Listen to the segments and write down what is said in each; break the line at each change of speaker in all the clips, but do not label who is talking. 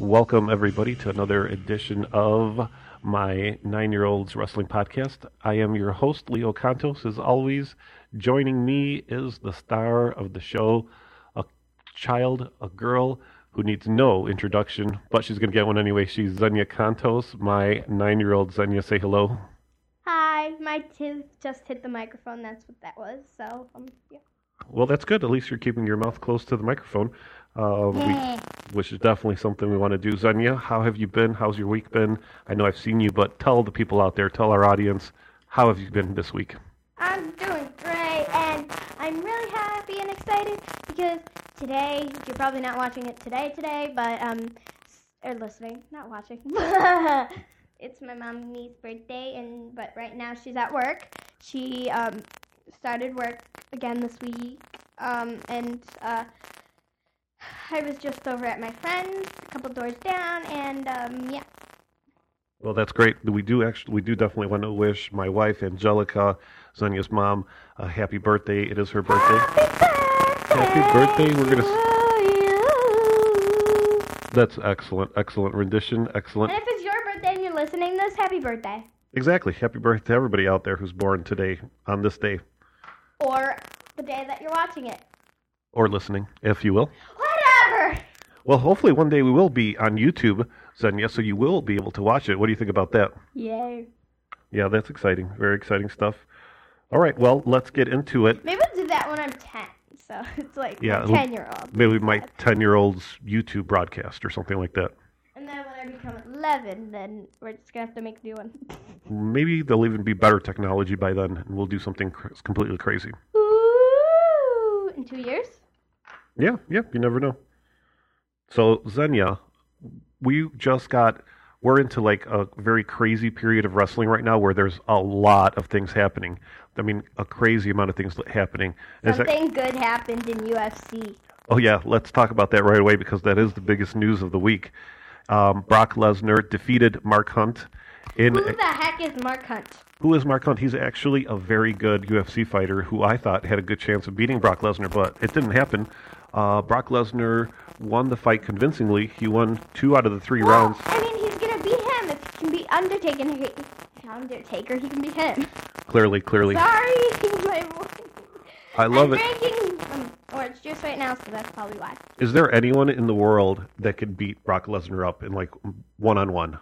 Welcome, everybody, to another edition of my nine year old's wrestling podcast. I am your host, Leo Contos. As always, joining me is the star of the show, a child, a girl who needs no introduction, but she's going to get one anyway. She's Xenia Contos, my nine year old Xenia. Say hello.
Hi, my tooth just hit the microphone. That's what that was. So, um, yeah.
Well, that's good. At least you're keeping your mouth close to the microphone, uh, we, which is definitely something we want to do. Xenia, how have you been? How's your week been? I know I've seen you, but tell the people out there, tell our audience, how have you been this week?
I'm doing great, and I'm really happy and excited because today you're probably not watching it today, today, but um, s- or listening, not watching. it's my mom and me's birthday, and but right now she's at work. She um started work again this week, um, and uh. I was just over at my friend's, a couple doors down, and um, yeah,
Well, that's great. We do actually, we do definitely want to wish my wife, Angelica, Xenia's mom, a happy birthday. It is her birthday.
Happy
birthday. Happy birthday. We're gonna s-
gonna.
That's excellent, excellent rendition, excellent.
And if it's your birthday and you're listening to this, happy birthday.
Exactly. Happy birthday to everybody out there who's born today on this day
Or the day that you're watching it.
or listening, if you will.
Whatever.
Well, hopefully one day we will be on YouTube, Xenia, so you will be able to watch it. What do you think about that?
Yay.
Yeah, that's exciting. Very exciting stuff. All right, well, let's get into it.
Maybe I'll do that when I'm 10. So it's like
Yeah,
a
it'll-
10 year old.
Maybe my 10 year old's YouTube broadcast or something like that.
And then when I become 11, then we're just going to have to make a new one.
Maybe there'll even be better technology by then, and we'll do something cr- completely crazy.
Ooh. In two years?
Yeah, yeah, you never know. So Xenia, we just got we're into like a very crazy period of wrestling right now where there's a lot of things happening. I mean, a crazy amount of things happening. Is that-
Something good happened in UFC.
oh yeah, let's talk about that right away because that is the biggest news of the week. Um, Brock Lesnar defeated Mark Hunt in
Who the heck is Mark Hunt?
who is Mark Hunt? He's actually a very good UFC fighter who I thought had a good chance of beating Brock Lesnar, but it didn't happen. Uh, Brock Lesnar won the fight convincingly. He won two out of the three rounds.
I mean, he's gonna beat him if he can beat Undertaker. He, Undertaker, he can beat him.
Clearly, clearly.
Sorry, my voice.
I love
I'm
it.
drinking um, orange juice right now, so that's probably why.
Is there anyone in the world that could beat Brock Lesnar up in like one on one?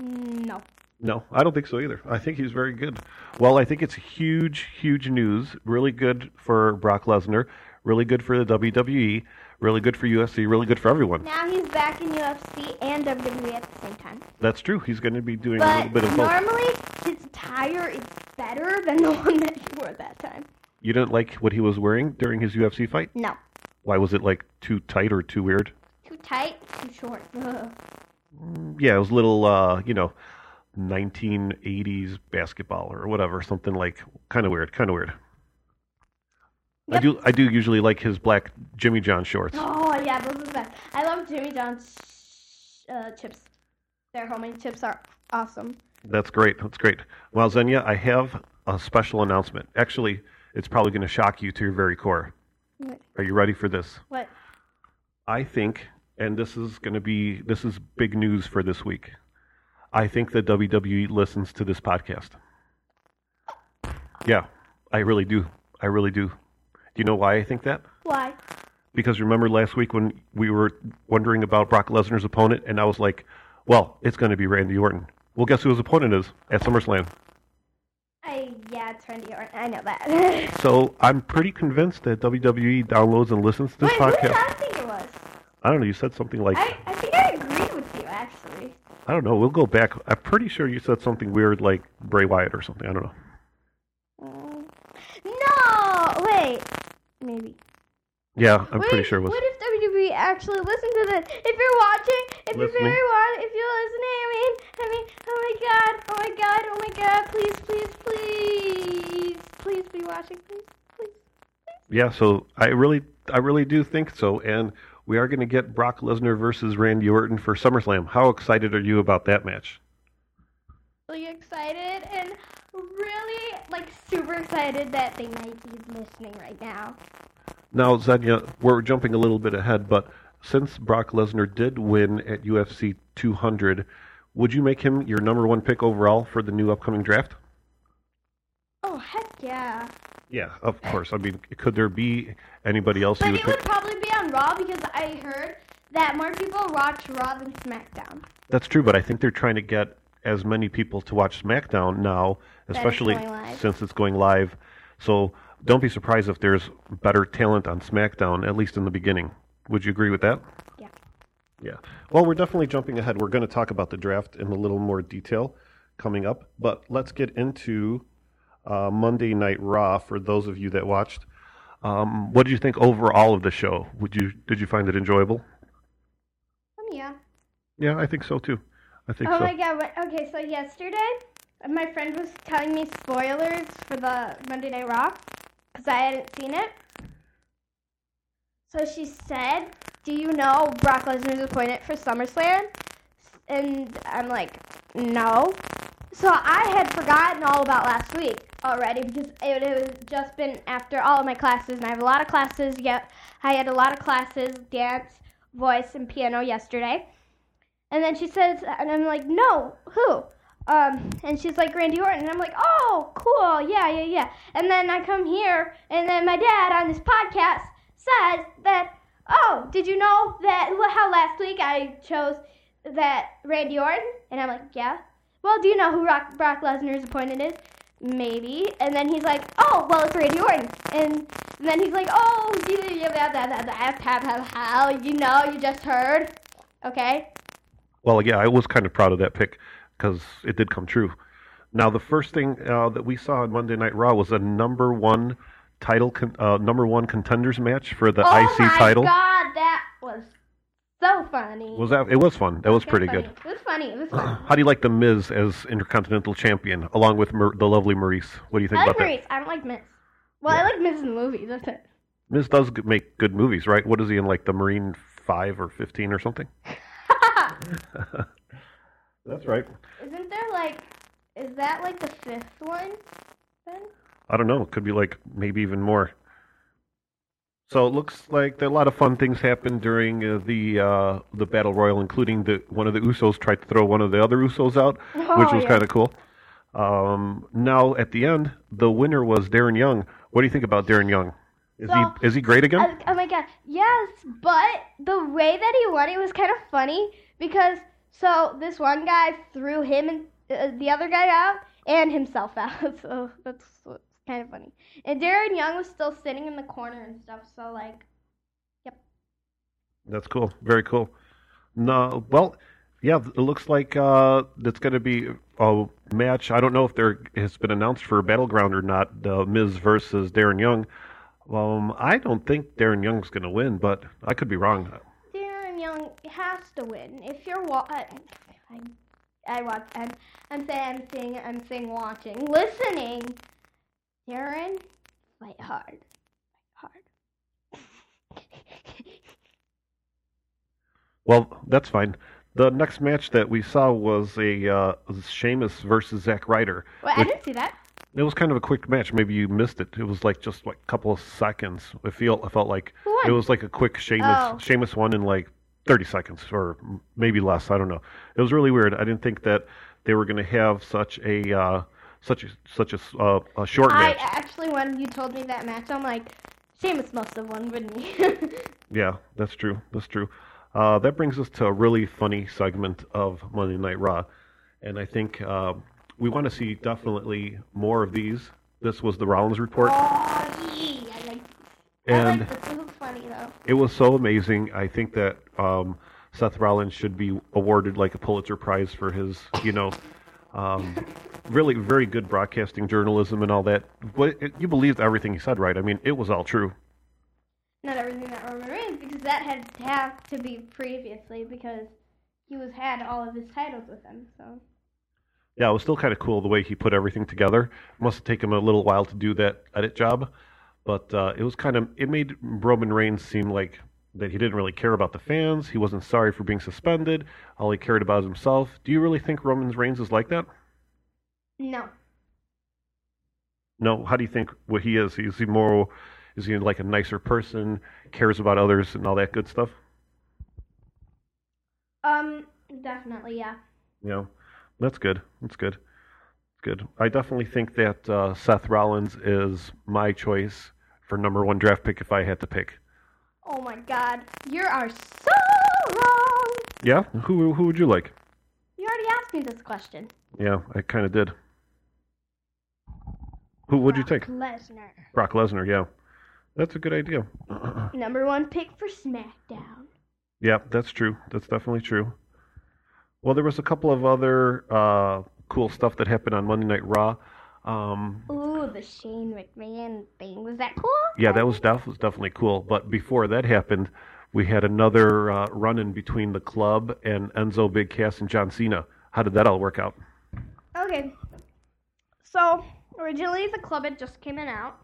Mm, No.
No, I don't think so either. I think he's very good. Well, I think it's huge, huge news. Really good for Brock Lesnar. Really good for the WWE. Really good for UFC. Really good for everyone.
Now he's back in UFC and WWE at the same time.
That's true. He's going to be doing a little
But
bit of both.
normally his attire is better than the one that he wore that time.
You didn't like what he was wearing during his UFC fight?
No,
Why was it like too tight or too weird?
too tight, too short. Ugh.
Yeah, it was a little, uh, you know, 1980s basketball or whatever, something like kind of weird, kind of weird. I
Yep.
do, I do usually like his black Jimmy John shorts.
Oh yeah, those are the best. I love Jimmy John's uh, chips. Their homemade chips are awesome.
That's great. That's great. Well, Xenia, I have a special announcement. Actually, it's probably going to shock you to your very core.
What?
Are you ready for this?
What?
I think, and this is going to be this is big news for this week. I think the WWE E listens to this podcast. Yeah, I really do. I really do. Do you know why I think that?
Why?
Because remember last week when we were wondering about Brock Lesnar's opponent, and I was like, "Well, it's going to be Randy Orton." Well, guess who his opponent is at SummerSlam?
I yeah, it's Randy Orton. I know that.
So I'm pretty convinced that WWE downloads and listens to this
Wait, who did
podcast.
I think it was?
I don't know. You said something like
I, I think I agree with you actually.
I don't know. We'll go back. I'm pretty sure you said something weird like Bray Wyatt or something. I don't know.
Mm. No, wait, maybe.
Yeah, I'm pretty
Wait,
sure it was.
What if WWE actually listened to this? If you're watching, if
Listening.
you're very watching, if you're listening, I mean, I mean, oh my god, oh my god, oh my god, please, please, please, please be watching, please, please.
Yeah, so I really I really do think so and we are going to get Brock Lesnar versus Randy Orton for SummerSlam. How excited are you about that match?
Really excited and really like super excited that they might be listening right now.
Now, Zenya, we're jumping a little bit ahead, but since Brock Lesnar did win at UFC 200, would you make him your number one pick overall for the new upcoming draft?
Oh heck yeah!
Yeah, of course. I mean, could there be anybody else you
But
would
it would
pick?
probably be on Raw because I heard that more people watch Raw than SmackDown.
That's true, but I think they're trying to get as many people to watch SmackDown now,
it's
especially
going live.
since it's going live. So don't be surprised if there's better talent on SmackDown, at least in the beginning. Would you agree with that?
Yeah.
Yeah. Well, we're definitely jumping ahead. We're going to talk about the draft in a little more detail coming up, but let's get into uh, Monday Night Raw for those of you that watched. Um, what did you think overall of the show? Would you did you find it enjoyable?
Um, yeah.
Yeah, I think so too. I think
Oh
so.
my god. What, okay, so yesterday, my friend was telling me spoilers for the Monday Night Raw because I hadn't seen it. So she said, "Do you know Brock Lesnar's appointed for SummerSlam?" And I'm like, "No." So I had forgotten all about last week already because it, it was just been after all of my classes, and I have a lot of classes. Yep, I had a lot of classes: dance, voice, and piano yesterday. And then she says, and I'm like, no, who? Um, and she's like, Randy Orton. And I'm like, oh, cool. Yeah, yeah, yeah. And then I come here, and then my dad on this podcast says that, oh, did you know that how last week I chose that Randy Orton? And I'm like, yeah. Well, do you know who Rock, Brock Lesnar's appointed is? Maybe. And then he's like, oh, well, it's Randy Orton. And then he's like, oh, you, you, you, blah, blah, blah, blah, blah, blah, blah, you know, you just heard. Okay.
Well, yeah, I was kind of proud of that pick because it did come true. Now, the first thing uh, that we saw on Monday Night Raw was a number one title, con- uh, number one contenders match for the
oh
IC
my
title.
god, that was so funny.
Was that? It was fun. That was
That's
pretty
funny.
good.
It was funny. It was funny.
How do you like the Miz as Intercontinental Champion, along with Mar- the lovely Maurice? What do you think
I like
about
Maurice. I don't like Miss. Well,
Yeah.
I like Miss in the movies. That's it.
that? Miz does g- make good movies, right? What is he in, like the Marine Five or Fifteen or something? That's right.
Isn't there like, is that like the fifth one? Then
I don't know. It could be like maybe even more. So it looks like there are a lot of fun things happened during uh, the uh, the battle royal, including the one of the Usos tried to throw one of the other Usos out, which
Oh,
was
yeah.
kind of cool. Um, now at the end, the winner was Darren Young. What do you think about Darren Young? Is
So-
he is he great again?
I- oh my god, yes, but the way that he won it was kind of funny because so this one guy threw him and uh, the other guy out and himself out, so that's what's kind of funny. And Darren Young was still sitting in the corner and stuff, so like,
That's cool. Very cool. No, well, yeah, it looks like uh, that's going to be a match. I don't know if there has been announced for battleground or not. The Miz versus Darren Young. Um, I don't think Darren Young's going to win, but I could be wrong.
Darren Young has to win. If you're wa- I, I, I watch, I'm, I'm saying, I'm saying, I'm saying, watching, listening. Darren, fight hard, fight hard.
Well, that's fine. The next match that we saw was a uh, Sheamus versus Zack Ryder.
Wait, I
Which-
didn't see that.
It was kind of a quick match. Maybe you missed it. It was like just like a couple of seconds. It feel I felt like
Who won?
It was like a quick Sheamus.
Oh.
Sheamus won in like 30 seconds or m- maybe less. I don't know. It was really weird. I didn't think that they were going to have such a uh, such a, such a, s- uh, a short
I
match.
actually, when you told me that match, I'm like, Seamus must have won, wouldn't he?
Yeah, that's true. That's true. Uh, that brings us to a really funny segment of Monday Night Raw, and I think uh, we want to see definitely more of these. This was the Rollins report,
oh, yee, I like, I
and
like this. It was funny though.
it was so amazing. I think that um, Seth Rollins should be awarded like a Pulitzer Prize for his, you know, um, really very good broadcasting journalism and all that. But it, you believed everything he said, right? I mean, it was all true.
Not everything that Roman Reigns, because that had to have to be previously because he was had all of his titles with him. So
Yeah, it was still kind of cool the way he put everything together. Must have taken him a little while to do that edit job, but uh, it was kind of it made Roman Reigns seem like that he didn't really care about the fans. He wasn't sorry for being suspended. All he cared about was himself. Do you really think Roman Reigns is like that?
no,
No, how do you think what he is? Is he more Is he like a nicer person? Cares about others and all that good stuff?
Um, definitely, yeah.
Yeah, that's good. That's good. That's good. I definitely think that uh, Seth Rollins is my choice for number one draft pick if I had to pick.
Oh my god, you are so wrong!
Yeah, who who would you like?
You already asked me this question.
Yeah, I kind of did. Who would you
Brock
take?
Lesnar.
Brock Lesnar. Yeah, that's a good idea.
Number one pick for SmackDown.
Yeah, that's true. That's definitely true. Well, there was a couple of other uh, cool stuff that happened on Monday Night Raw. Um,
Ooh, the Shane McMahon thing. Was that cool?
yeah, that was, def- was definitely cool. But before that happened, we had another uh, run in between the club and Enzo, Big Cass, and John Cena. How did that all work out?
Okay. So originally the club had just came in out.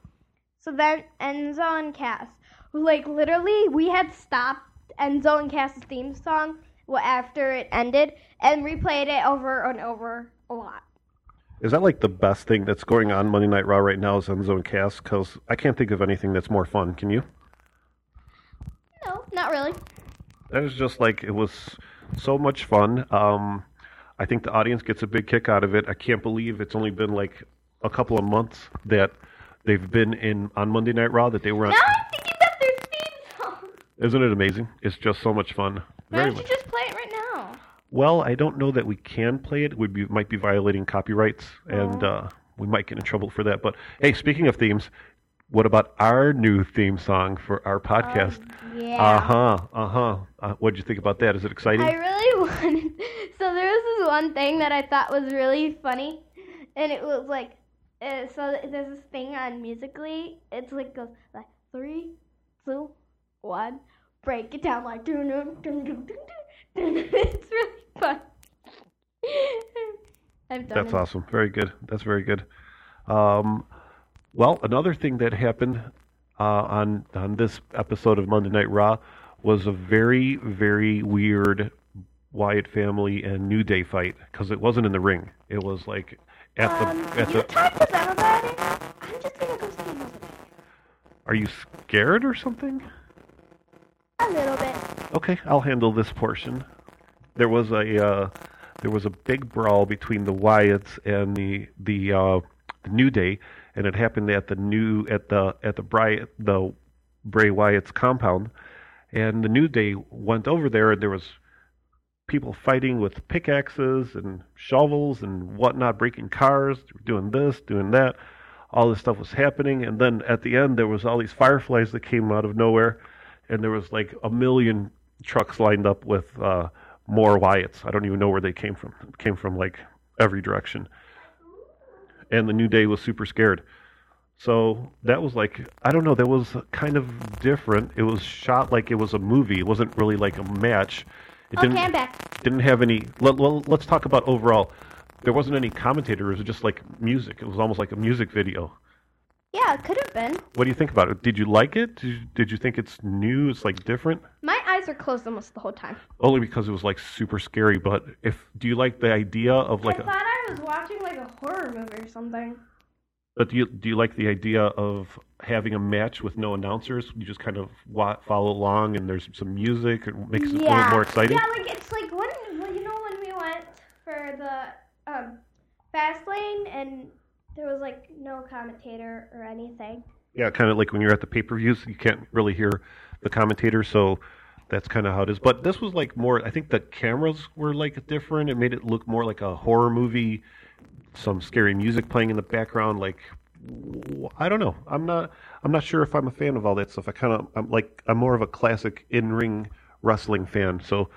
So then Enzo and Cass, like literally, we had stopped Enzo and Cass's theme song wa- after it ended and replayed it over and over a lot.
Is that like the best thing that's going on Monday Night Raw right now is Enzo and Cass? Because I can't think of anything that's more fun. Can you?
No, not really.
That was just like it was so much fun. Um, I think the audience gets a big kick out of it. I can't believe it's only been like a couple of months that they've been in on Monday Night Raw that they were on.
Now I'm thinking about their theme song.
Isn't it amazing? It's just so much fun.
Why
Very
don't you
much.
just play it right now?
Well, I don't know that we can play it. Would be might be violating copyrights, and uh, we might get in trouble for that. But hey, speaking of themes, what about our new theme song for our podcast? Uh
Um, Yeah.
huh. Uh huh. Uh, what did you think about that? Is it exciting?
I really wanted. So there was this one thing that I thought was really funny, and it was like, uh, so there's this thing on Musically. It's like goes like three, two, one. Break it down like dun dun dun dun dun dun. dun. It's really fun. I've done
That's
it.
awesome. Very good. That's very good. Um, well, another thing that happened uh, on on this episode of Monday Night Raw was a very very weird Wyatt family and New Day fight because it wasn't in the ring. It was like at the
Um,
at
you
the.
talk to them about it. I'm just gonna go see music
Are you scared or something?
a little bit.
Okay, I'll handle this portion. There was a uh, there was a big brawl between the Wyatts and the the, uh, the New Day, and it happened at the new at the at the Bry the Bray Wyatt's compound, and the New Day went over there, and there was people fighting with pickaxes and shovels and whatnot, breaking cars, doing this, doing that. All this stuff was happening, and then at the end, there was all these fireflies that came out of nowhere, and there was like a million trucks lined up with uh, more Wyatts. I don't even know where they came from. It came from like every direction, and the New Day was super scared. So that was like I don't know. That was kind of different. It was shot like it was a movie. It wasn't really like a match. It
Okay, I'm back.
didn't have any. Let, let, let's talk about overall. There wasn't any commentator. It was just like music. It was almost like a music video.
Yeah, it could have been.
What do you think about it? Did you like it? Did you, did you think it's new? It's like different?
My eyes are closed almost the whole time.
Only because it was like super scary. But if do you like the idea of like
I
a,
thought I was watching like a horror movie or something.
but uh, do you do you like the idea of having a match with no announcers? You just kind of wa- follow along, and there's some music. It makes it a little more exciting.
Yeah, like it's like when well, you know when we went for the um fast lane and there was like no commentator or anything.
Yeah, kind of like when you're at the pay per views, you can't really hear the commentator, so that's kind of how it is. But this was like more, I think the cameras were like different. It made it look more like a horror movie, some scary music playing in the background. Like, w- I don't know. I'm not. I'm not sure if I'm a fan of all that stuff. I kind of. I'm like. I'm more of a classic in ring wrestling fan. So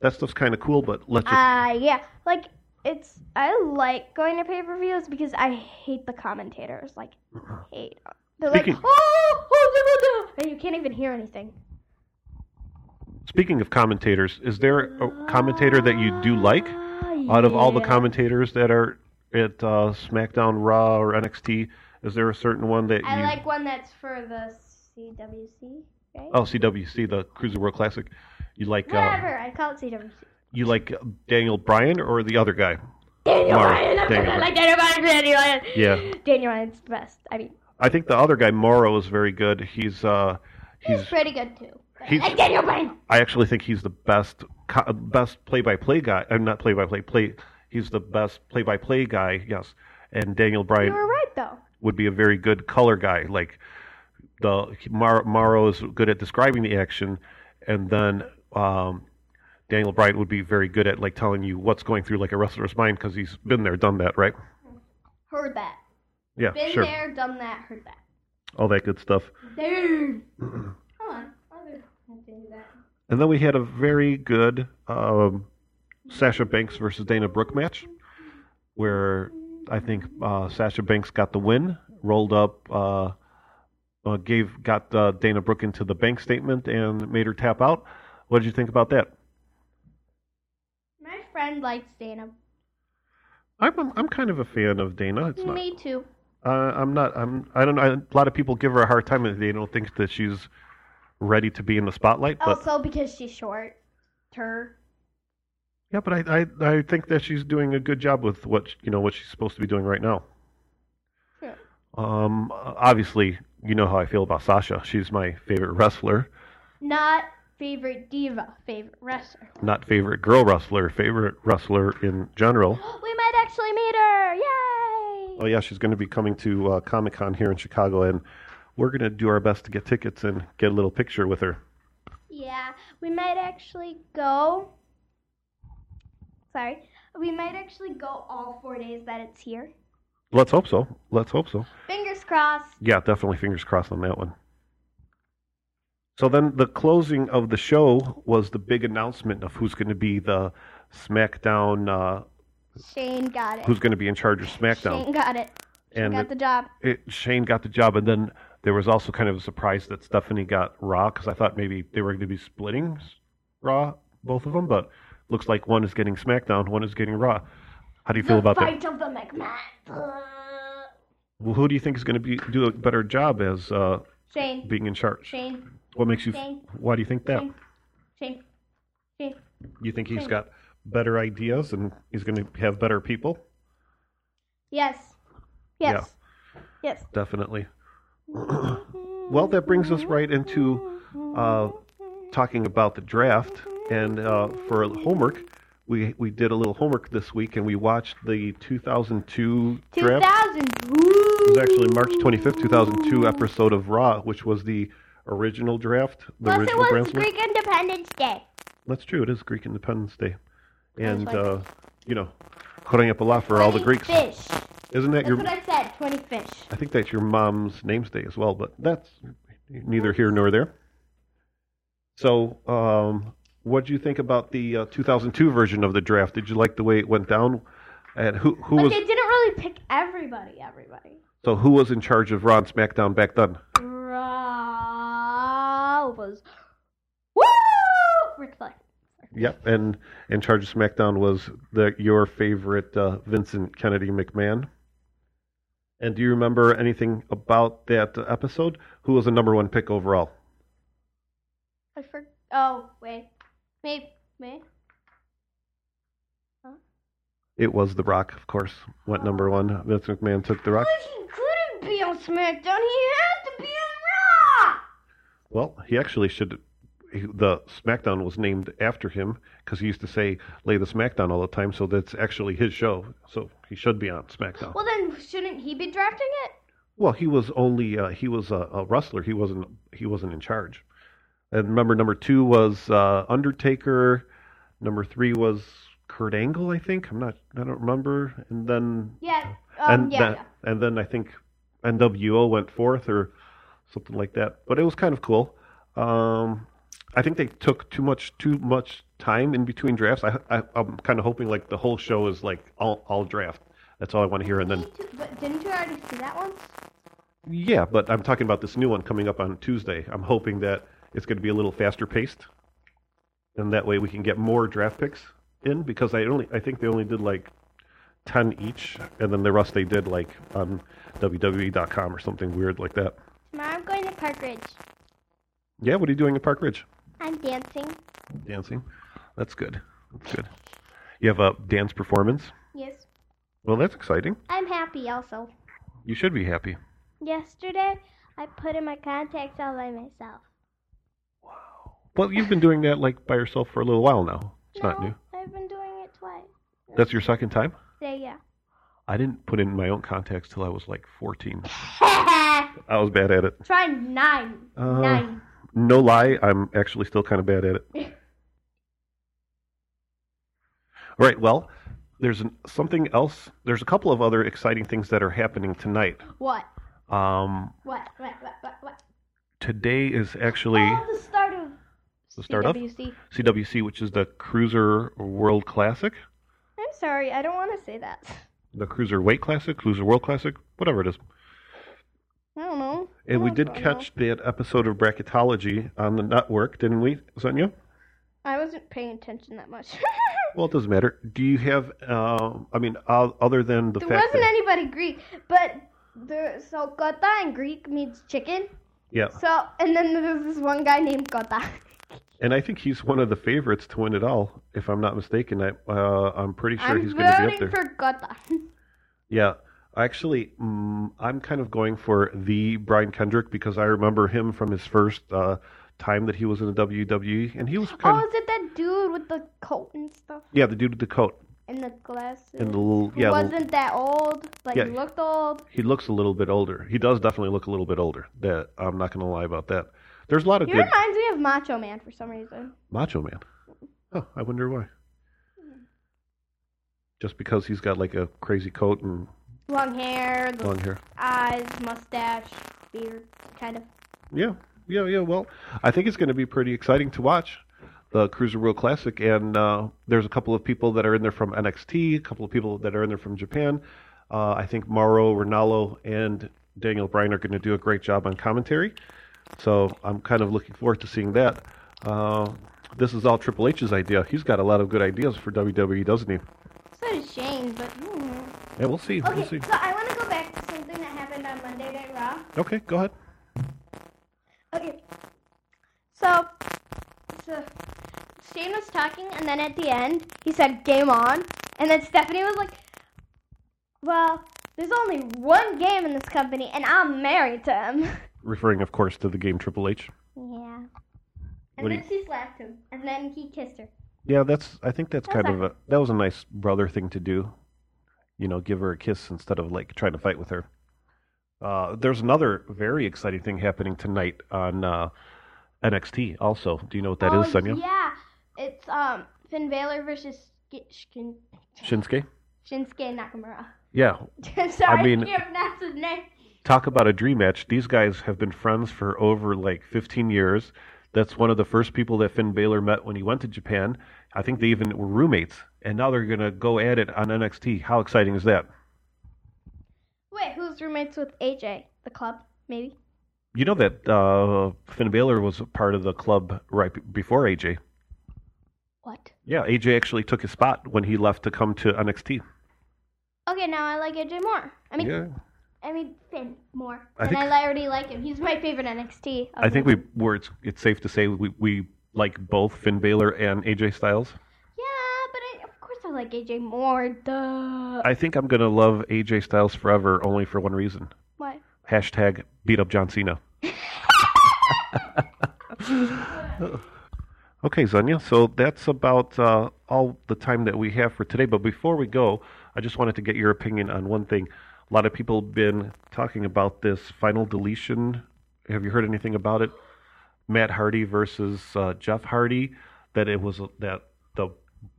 that stuff's kind of cool. But let's. Just,
Uh yeah, like it's I like going to pay per views because I hate the commentators. Like hate. They're like,
Speaking-
oh, oh, blah, blah, blah," and you can't even hear anything.
speaking of commentators, is there a oh, commentator that you do like?
Ah,
out of all the commentators
commentators.
that are at uh, SmackDown, Raw, or NXT, is there a certain one that
I
you?
like one that's for the CWC, right?
oh, CWC, the Cruiserweight Classic. You like uh,
Whatever, I call it CWC.
you like Daniel Bryan or the other guy?
Daniel
Mara,
Bryan,
Daniel
I'm gonna
Bryan.
like Daniel Bryan, Daniel Bryan.
Yeah.
Daniel Bryan's the best. I mean,
I think the other guy Morrow is very good. He's uh,
He's,
he's
pretty good too. But
he's-
I get your brain.
I actually think he's the best co- best play by play guy. I'm not play by play play. He's the best play by play guy. Yes, and Daniel
You
Bryan
were right though.
would be a very good color guy. Like the Mar- Morrow is good at describing the action, and then um, Daniel Bryan would be very good at like telling you what's going through like a wrestler's mind because he's been there, done that, right?
Heard that.
Yeah,
Been
sure,
there, done that, heard that.
all that good stuff.
Dude. Hold on. Other do that.
And then we had a very good um, Sasha Banks versus Dana Brooke match, where I think uh, Sasha Banks got the win, rolled up, uh, uh, gave got uh, Dana Brooke into the bank statement, and made her tap out. What did you think about that?
My friend likes Dana.
I'm I'm, I'm kind of a fan of Dana. It's not.
Me too.
Uh, I'm not. I'm. I don't know. A lot of people give her a hard time, and they don't think that she's ready to be in the spotlight. But
also because she's short. Her.
yeah, but I, I I think that she's doing a good job with what you know what she's supposed to be doing right now.
Sure.
Um, obviously, you know how I feel about Sasha. She's my favorite wrestler,
Not favorite diva, favorite wrestler.
not favorite girl wrestler, favorite wrestler in general.
we might actually meet her. Yay!
Oh yeah, she's going to be coming to uh, Comic Con here in Chicago, and we're going to do our best to get tickets and get a little picture with her.
Yeah, we might actually go. Sorry. We might actually go all four days that it's here.
Let's hope so. Let's hope so.
Fingers crossed.
Yeah, definitely. Fingers crossed on that one. So then the closing of the show was the big announcement of who's going to be the SmackDown, uh,
Shane got it.
who's going to be in charge of SmackDown,
Shane got it. Shane
and
got the job.
it, Shane got the job, and then there was also kind of a surprise that Stephanie got Raw because I thought maybe they were going to be splitting s- Raw, both of them, but looks like one is getting SmackDown, one is getting Raw. How do you feel
the
about
fight of the McMahon. Uh,
that? Well, who do you think is going to be do a better job as uh,
Shane.
being in charge?
Shane.
What makes you?
Shane.
Why do you think that?
Shane. Shane. Shane.
You think he's
Shane.
got better ideas and he's going to have better people?
Yes. Yes. Yes.
Definitely. Well, that brings us right into uh, talking about the draft. And uh, for homework, we we did a little homework this week, and we watched the 2002
Two
draft.
thousand.
It was actually March 25th, 2002 episode of Raw, which was the original draft, the
Plus, it
original
was
Grand Slam.
Greek Independence Day.
That's true. It is Greek Independence Day,
That's
and
right.
uh, you know, putting up a lot for all the
20
Greeks.
Fish.
Isn't that your?
That's what I said. Twenty fish.
I think that's your mom's name's day as well, but that's neither here nor there. So, um, what do you think about the uh, 2002 version of the draft? Did you like the way it went down? And who who
But
was
they didn't really pick everybody. Everybody.
so who was in charge of Raw and SmackDown back then?
Raw was. Woo! Ric Flair.
Yep, and in charge of SmackDown was the your favorite uh, Vincent Kennedy McMahon. And do you remember anything about that episode? Who was the number one pick overall?
I for. Oh wait. Maybe. Maybe.
It was The Rock, of course. Went number one. Vince McMahon took The Rock.
But he couldn't be on SmackDown. He had to be on Raw.
Well, he actually should. he- The SmackDown was named after him because he used to say "Lay the SmackDown" all the time. So that's actually his show. So he should be on SmackDown. Well,
Well, then shouldn't he be drafting it?
he was only uh, he was a, a wrestler. He wasn't he wasn't in charge. And remember, number two was uh, Undertaker. Number three was Kurt Angle. I think I'm not. I don't remember. And then
Yeah. Um,
and
yeah,
that, and then I think NWO went fourth or something like that. But it was kind of cool. Um, I think they took too much too much time in between drafts. I, I I'm kind of hoping like the whole show is like all all draft. That's all I want to hear. And
yeah.
then
Didn't you- But didn't you already see that one?
yeah, but I'm talking about this new one coming up on Tuesday. I'm hoping that it's going to be a little faster paced, and that way we can get more draft picks in because I only I think they only did like ten each, and then the rest they did like on WWE.com or something weird like that.
Tomorrow I'm going to Park Ridge.
Yeah, what are you doing at Park Ridge?
I'm dancing.
Dancing. That's good. That's good. You have a dance performance.
Yes.
Well, that's exciting.
I'm happy also.
You should be happy.
Yesterday, I put in my contacts all by myself.
Well, you've been doing that like by yourself for a little while now. It's not
No,
new.
I've been doing it twice.
That's your second time?
Say yeah.
I didn't put in my own contacts till I was like 14. I was bad at it.
Try nine.
Uh,
nine.
No lie, I'm actually still kind of bad at it. All right, well, there's an, something else. There's a couple of other exciting things that are happening tonight.
What?
Um,
What? What? What? What? What?
today is actually
Oh, the start of
the start of
CWC.
CWC, which is the Cruiser World Classic,
I'm sorry, I don't want to say that.
the Cruiser Weight Classic, Cruiser World Classic, whatever it is.
I don't know.
And we
Oh,
did
God.
catch that episode of Bracketology on the network, didn't we, Sonia?
I wasn't paying attention that much.
Well, it doesn't matter. Do you have? Uh, I mean, uh, other than the
there
fact
wasn't
that
anybody Greek, but there, so kota in Greek means chicken.
yeah,
So, and then there's this one guy named Kota.
and I think he's one of the favorites to win it all, if I'm not mistaken. I uh, I'm pretty sure
I'm
he's going to be up
voting
there.
for Kota.
Yeah, actually, mm, I'm kind of going for the Brian Kendrick because I remember him from his first uh, time that he was in the WWE, and he was kind
Oh,
of
is it that dude with the coat and stuff
yeah, the dude with the coat
and the glasses?
and the little
Who
yeah, the-
wasn't that old? Like
Yeah.
he looked old.
he looks a little bit older. He does definitely look a little bit older. That I'm not going to lie about that. There's a lot of
He
good
reminds me of Macho Man for some reason.
Macho Man. Huh, I wonder why. Just because he's got like a crazy coat and
Long hair, the
long hair.
eyes, mustache, beard, kind of.
Yeah, yeah, yeah. Well, I think it's going to be pretty exciting to watch the Cruiser World Classic. And uh, there's a couple of people that are in there from NXT, a couple of people that are in there from Japan. Uh, I think Mauro Ranallo and Daniel Bryan are going to do a great job on commentary. So I'm kind of looking forward to seeing that. Uh, this is all Triple H's idea. He's got a lot of good ideas for WWE, doesn't he?
So does Shane, but. hmm.
Yeah, we'll see.
Okay,
We'll see.
so I want to go back to something that happened on Monday Night Raw.
Okay, go ahead.
Okay. So, so Shane was talking, and then at the end, he said, Game on. And then Stephanie was like, Well, there's only one game in this company, and I'm married to him.
Referring, of course, to the game Triple H.
Yeah. And
What do
then she slapped him, and then he kissed her.
Yeah, that's. I think that's
That was
kind of a that was a nice brother thing to do. You know, give her a kiss instead of like trying to fight with her. Uh, there's another very exciting thing happening tonight on uh, NXT. Also, do you know what that
oh,
is, Sonia?
Yeah. It's um Finn Balor versus Sk- Shin-
Shinsuke.
Shinsuke Nakamura.
Yeah,
Sorry, I
mean-
can't pronounce his name.
talk about a dream match. These guys have been friends for over like 15 years. That's one of the first people that Finn Balor met when he went to Japan. I think they even were roommates, and now they're gonna go at it on NXT. How exciting is that?
Wait, who's roommates with AJ? The club, maybe?
You know that uh, Finn Balor was a part of the club right b- before AJ.
What?
Yeah, AJ actually took his spot when he left to come to NXT.
Okay, now I like AJ more. I mean,
yeah,
I mean Finn more,
I
and
think-
I already like him. He's my favorite NXT. of
I think
them.
we were. It's, it's safe to say we we like both Finn Balor and AJ Styles.
Yeah, but I, of course I like AJ more. Duh.
I think I'm gonna love AJ Styles forever, only for one reason.
What?
Hashtag beat up John Cena. okay, Zonia. So that's about uh, all the time that we have for today. But before we go, I just wanted to get your opinion on one thing. A lot of people have been talking about this final deletion. Have you heard anything about it? Matt Hardy versus uh, Jeff Hardy. That it was that the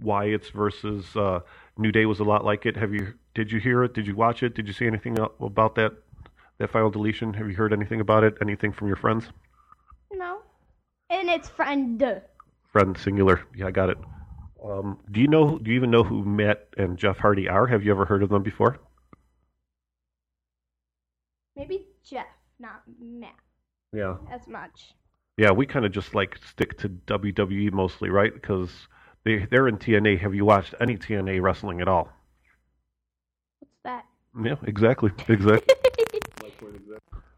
Wyatts versus uh, New Day was a lot like it. Have you? Did you hear it? Did you watch it? Did you see anything el- about that? That final deletion. Have you heard anything about it? Anything from your friends?
No. And it's friend.
Friend singular. Yeah, I got it. Um, do you know? Do you even know who Matt and Jeff Hardy are? Have you ever heard of them before?
Maybe Jeff, not Matt,
Yeah.
as much.
Yeah, we kind of just like stick to WWE mostly, right? Because they they're in TNA. Have you watched any TNA wrestling at all?
What's that?
Yeah, exactly, exactly.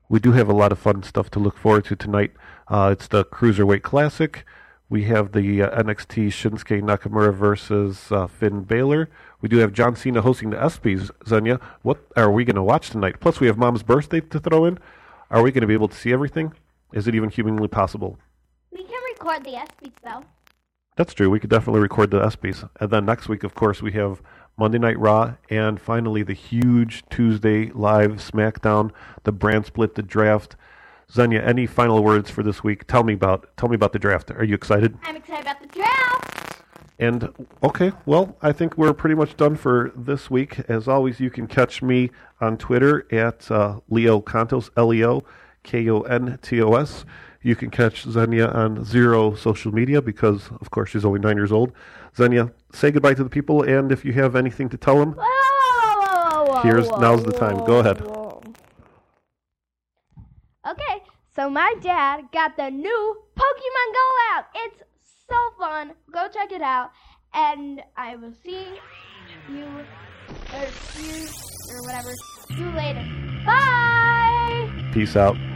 we do have a lot of fun stuff to look forward to tonight. Uh, it's the Cruiserweight Classic. We have the uh, NXT Shinsuke Nakamura versus uh, Finn Balor. We do have John Cena hosting the ESPYS. Zenya, what are we going to watch tonight? Plus, we have Mom's birthday to throw in. Are we going to be able to see everything? Is it even humanly possible?
We can record the ESPYs though.
That's true. We could definitely record the ESPYs. And then next week, of course, we have Monday Night Raw and finally the huge Tuesday Live SmackDown, the brand split, the draft. Zanya, any final words for this week? Tell me about tell me about the draft. Are you excited?
I'm excited about the draft.
And okay, well, I think we're pretty much done for this week. As always, you can catch me on Twitter at uh, Leo Contos, L E O K O N T O S. You can catch Xenia on zero social media because, of course, she's only nine years old. Xenia, say goodbye to the people, and if you have anything to tell them,
Whoa, whoa, whoa, whoa,
Here's-
whoa,
now's the time. Go ahead.
whoa. Okay, so my dad got the new Pokemon Go app. It's so fun. Go check it out, and I will see you or you or whatever. You later. Bye.
peace out.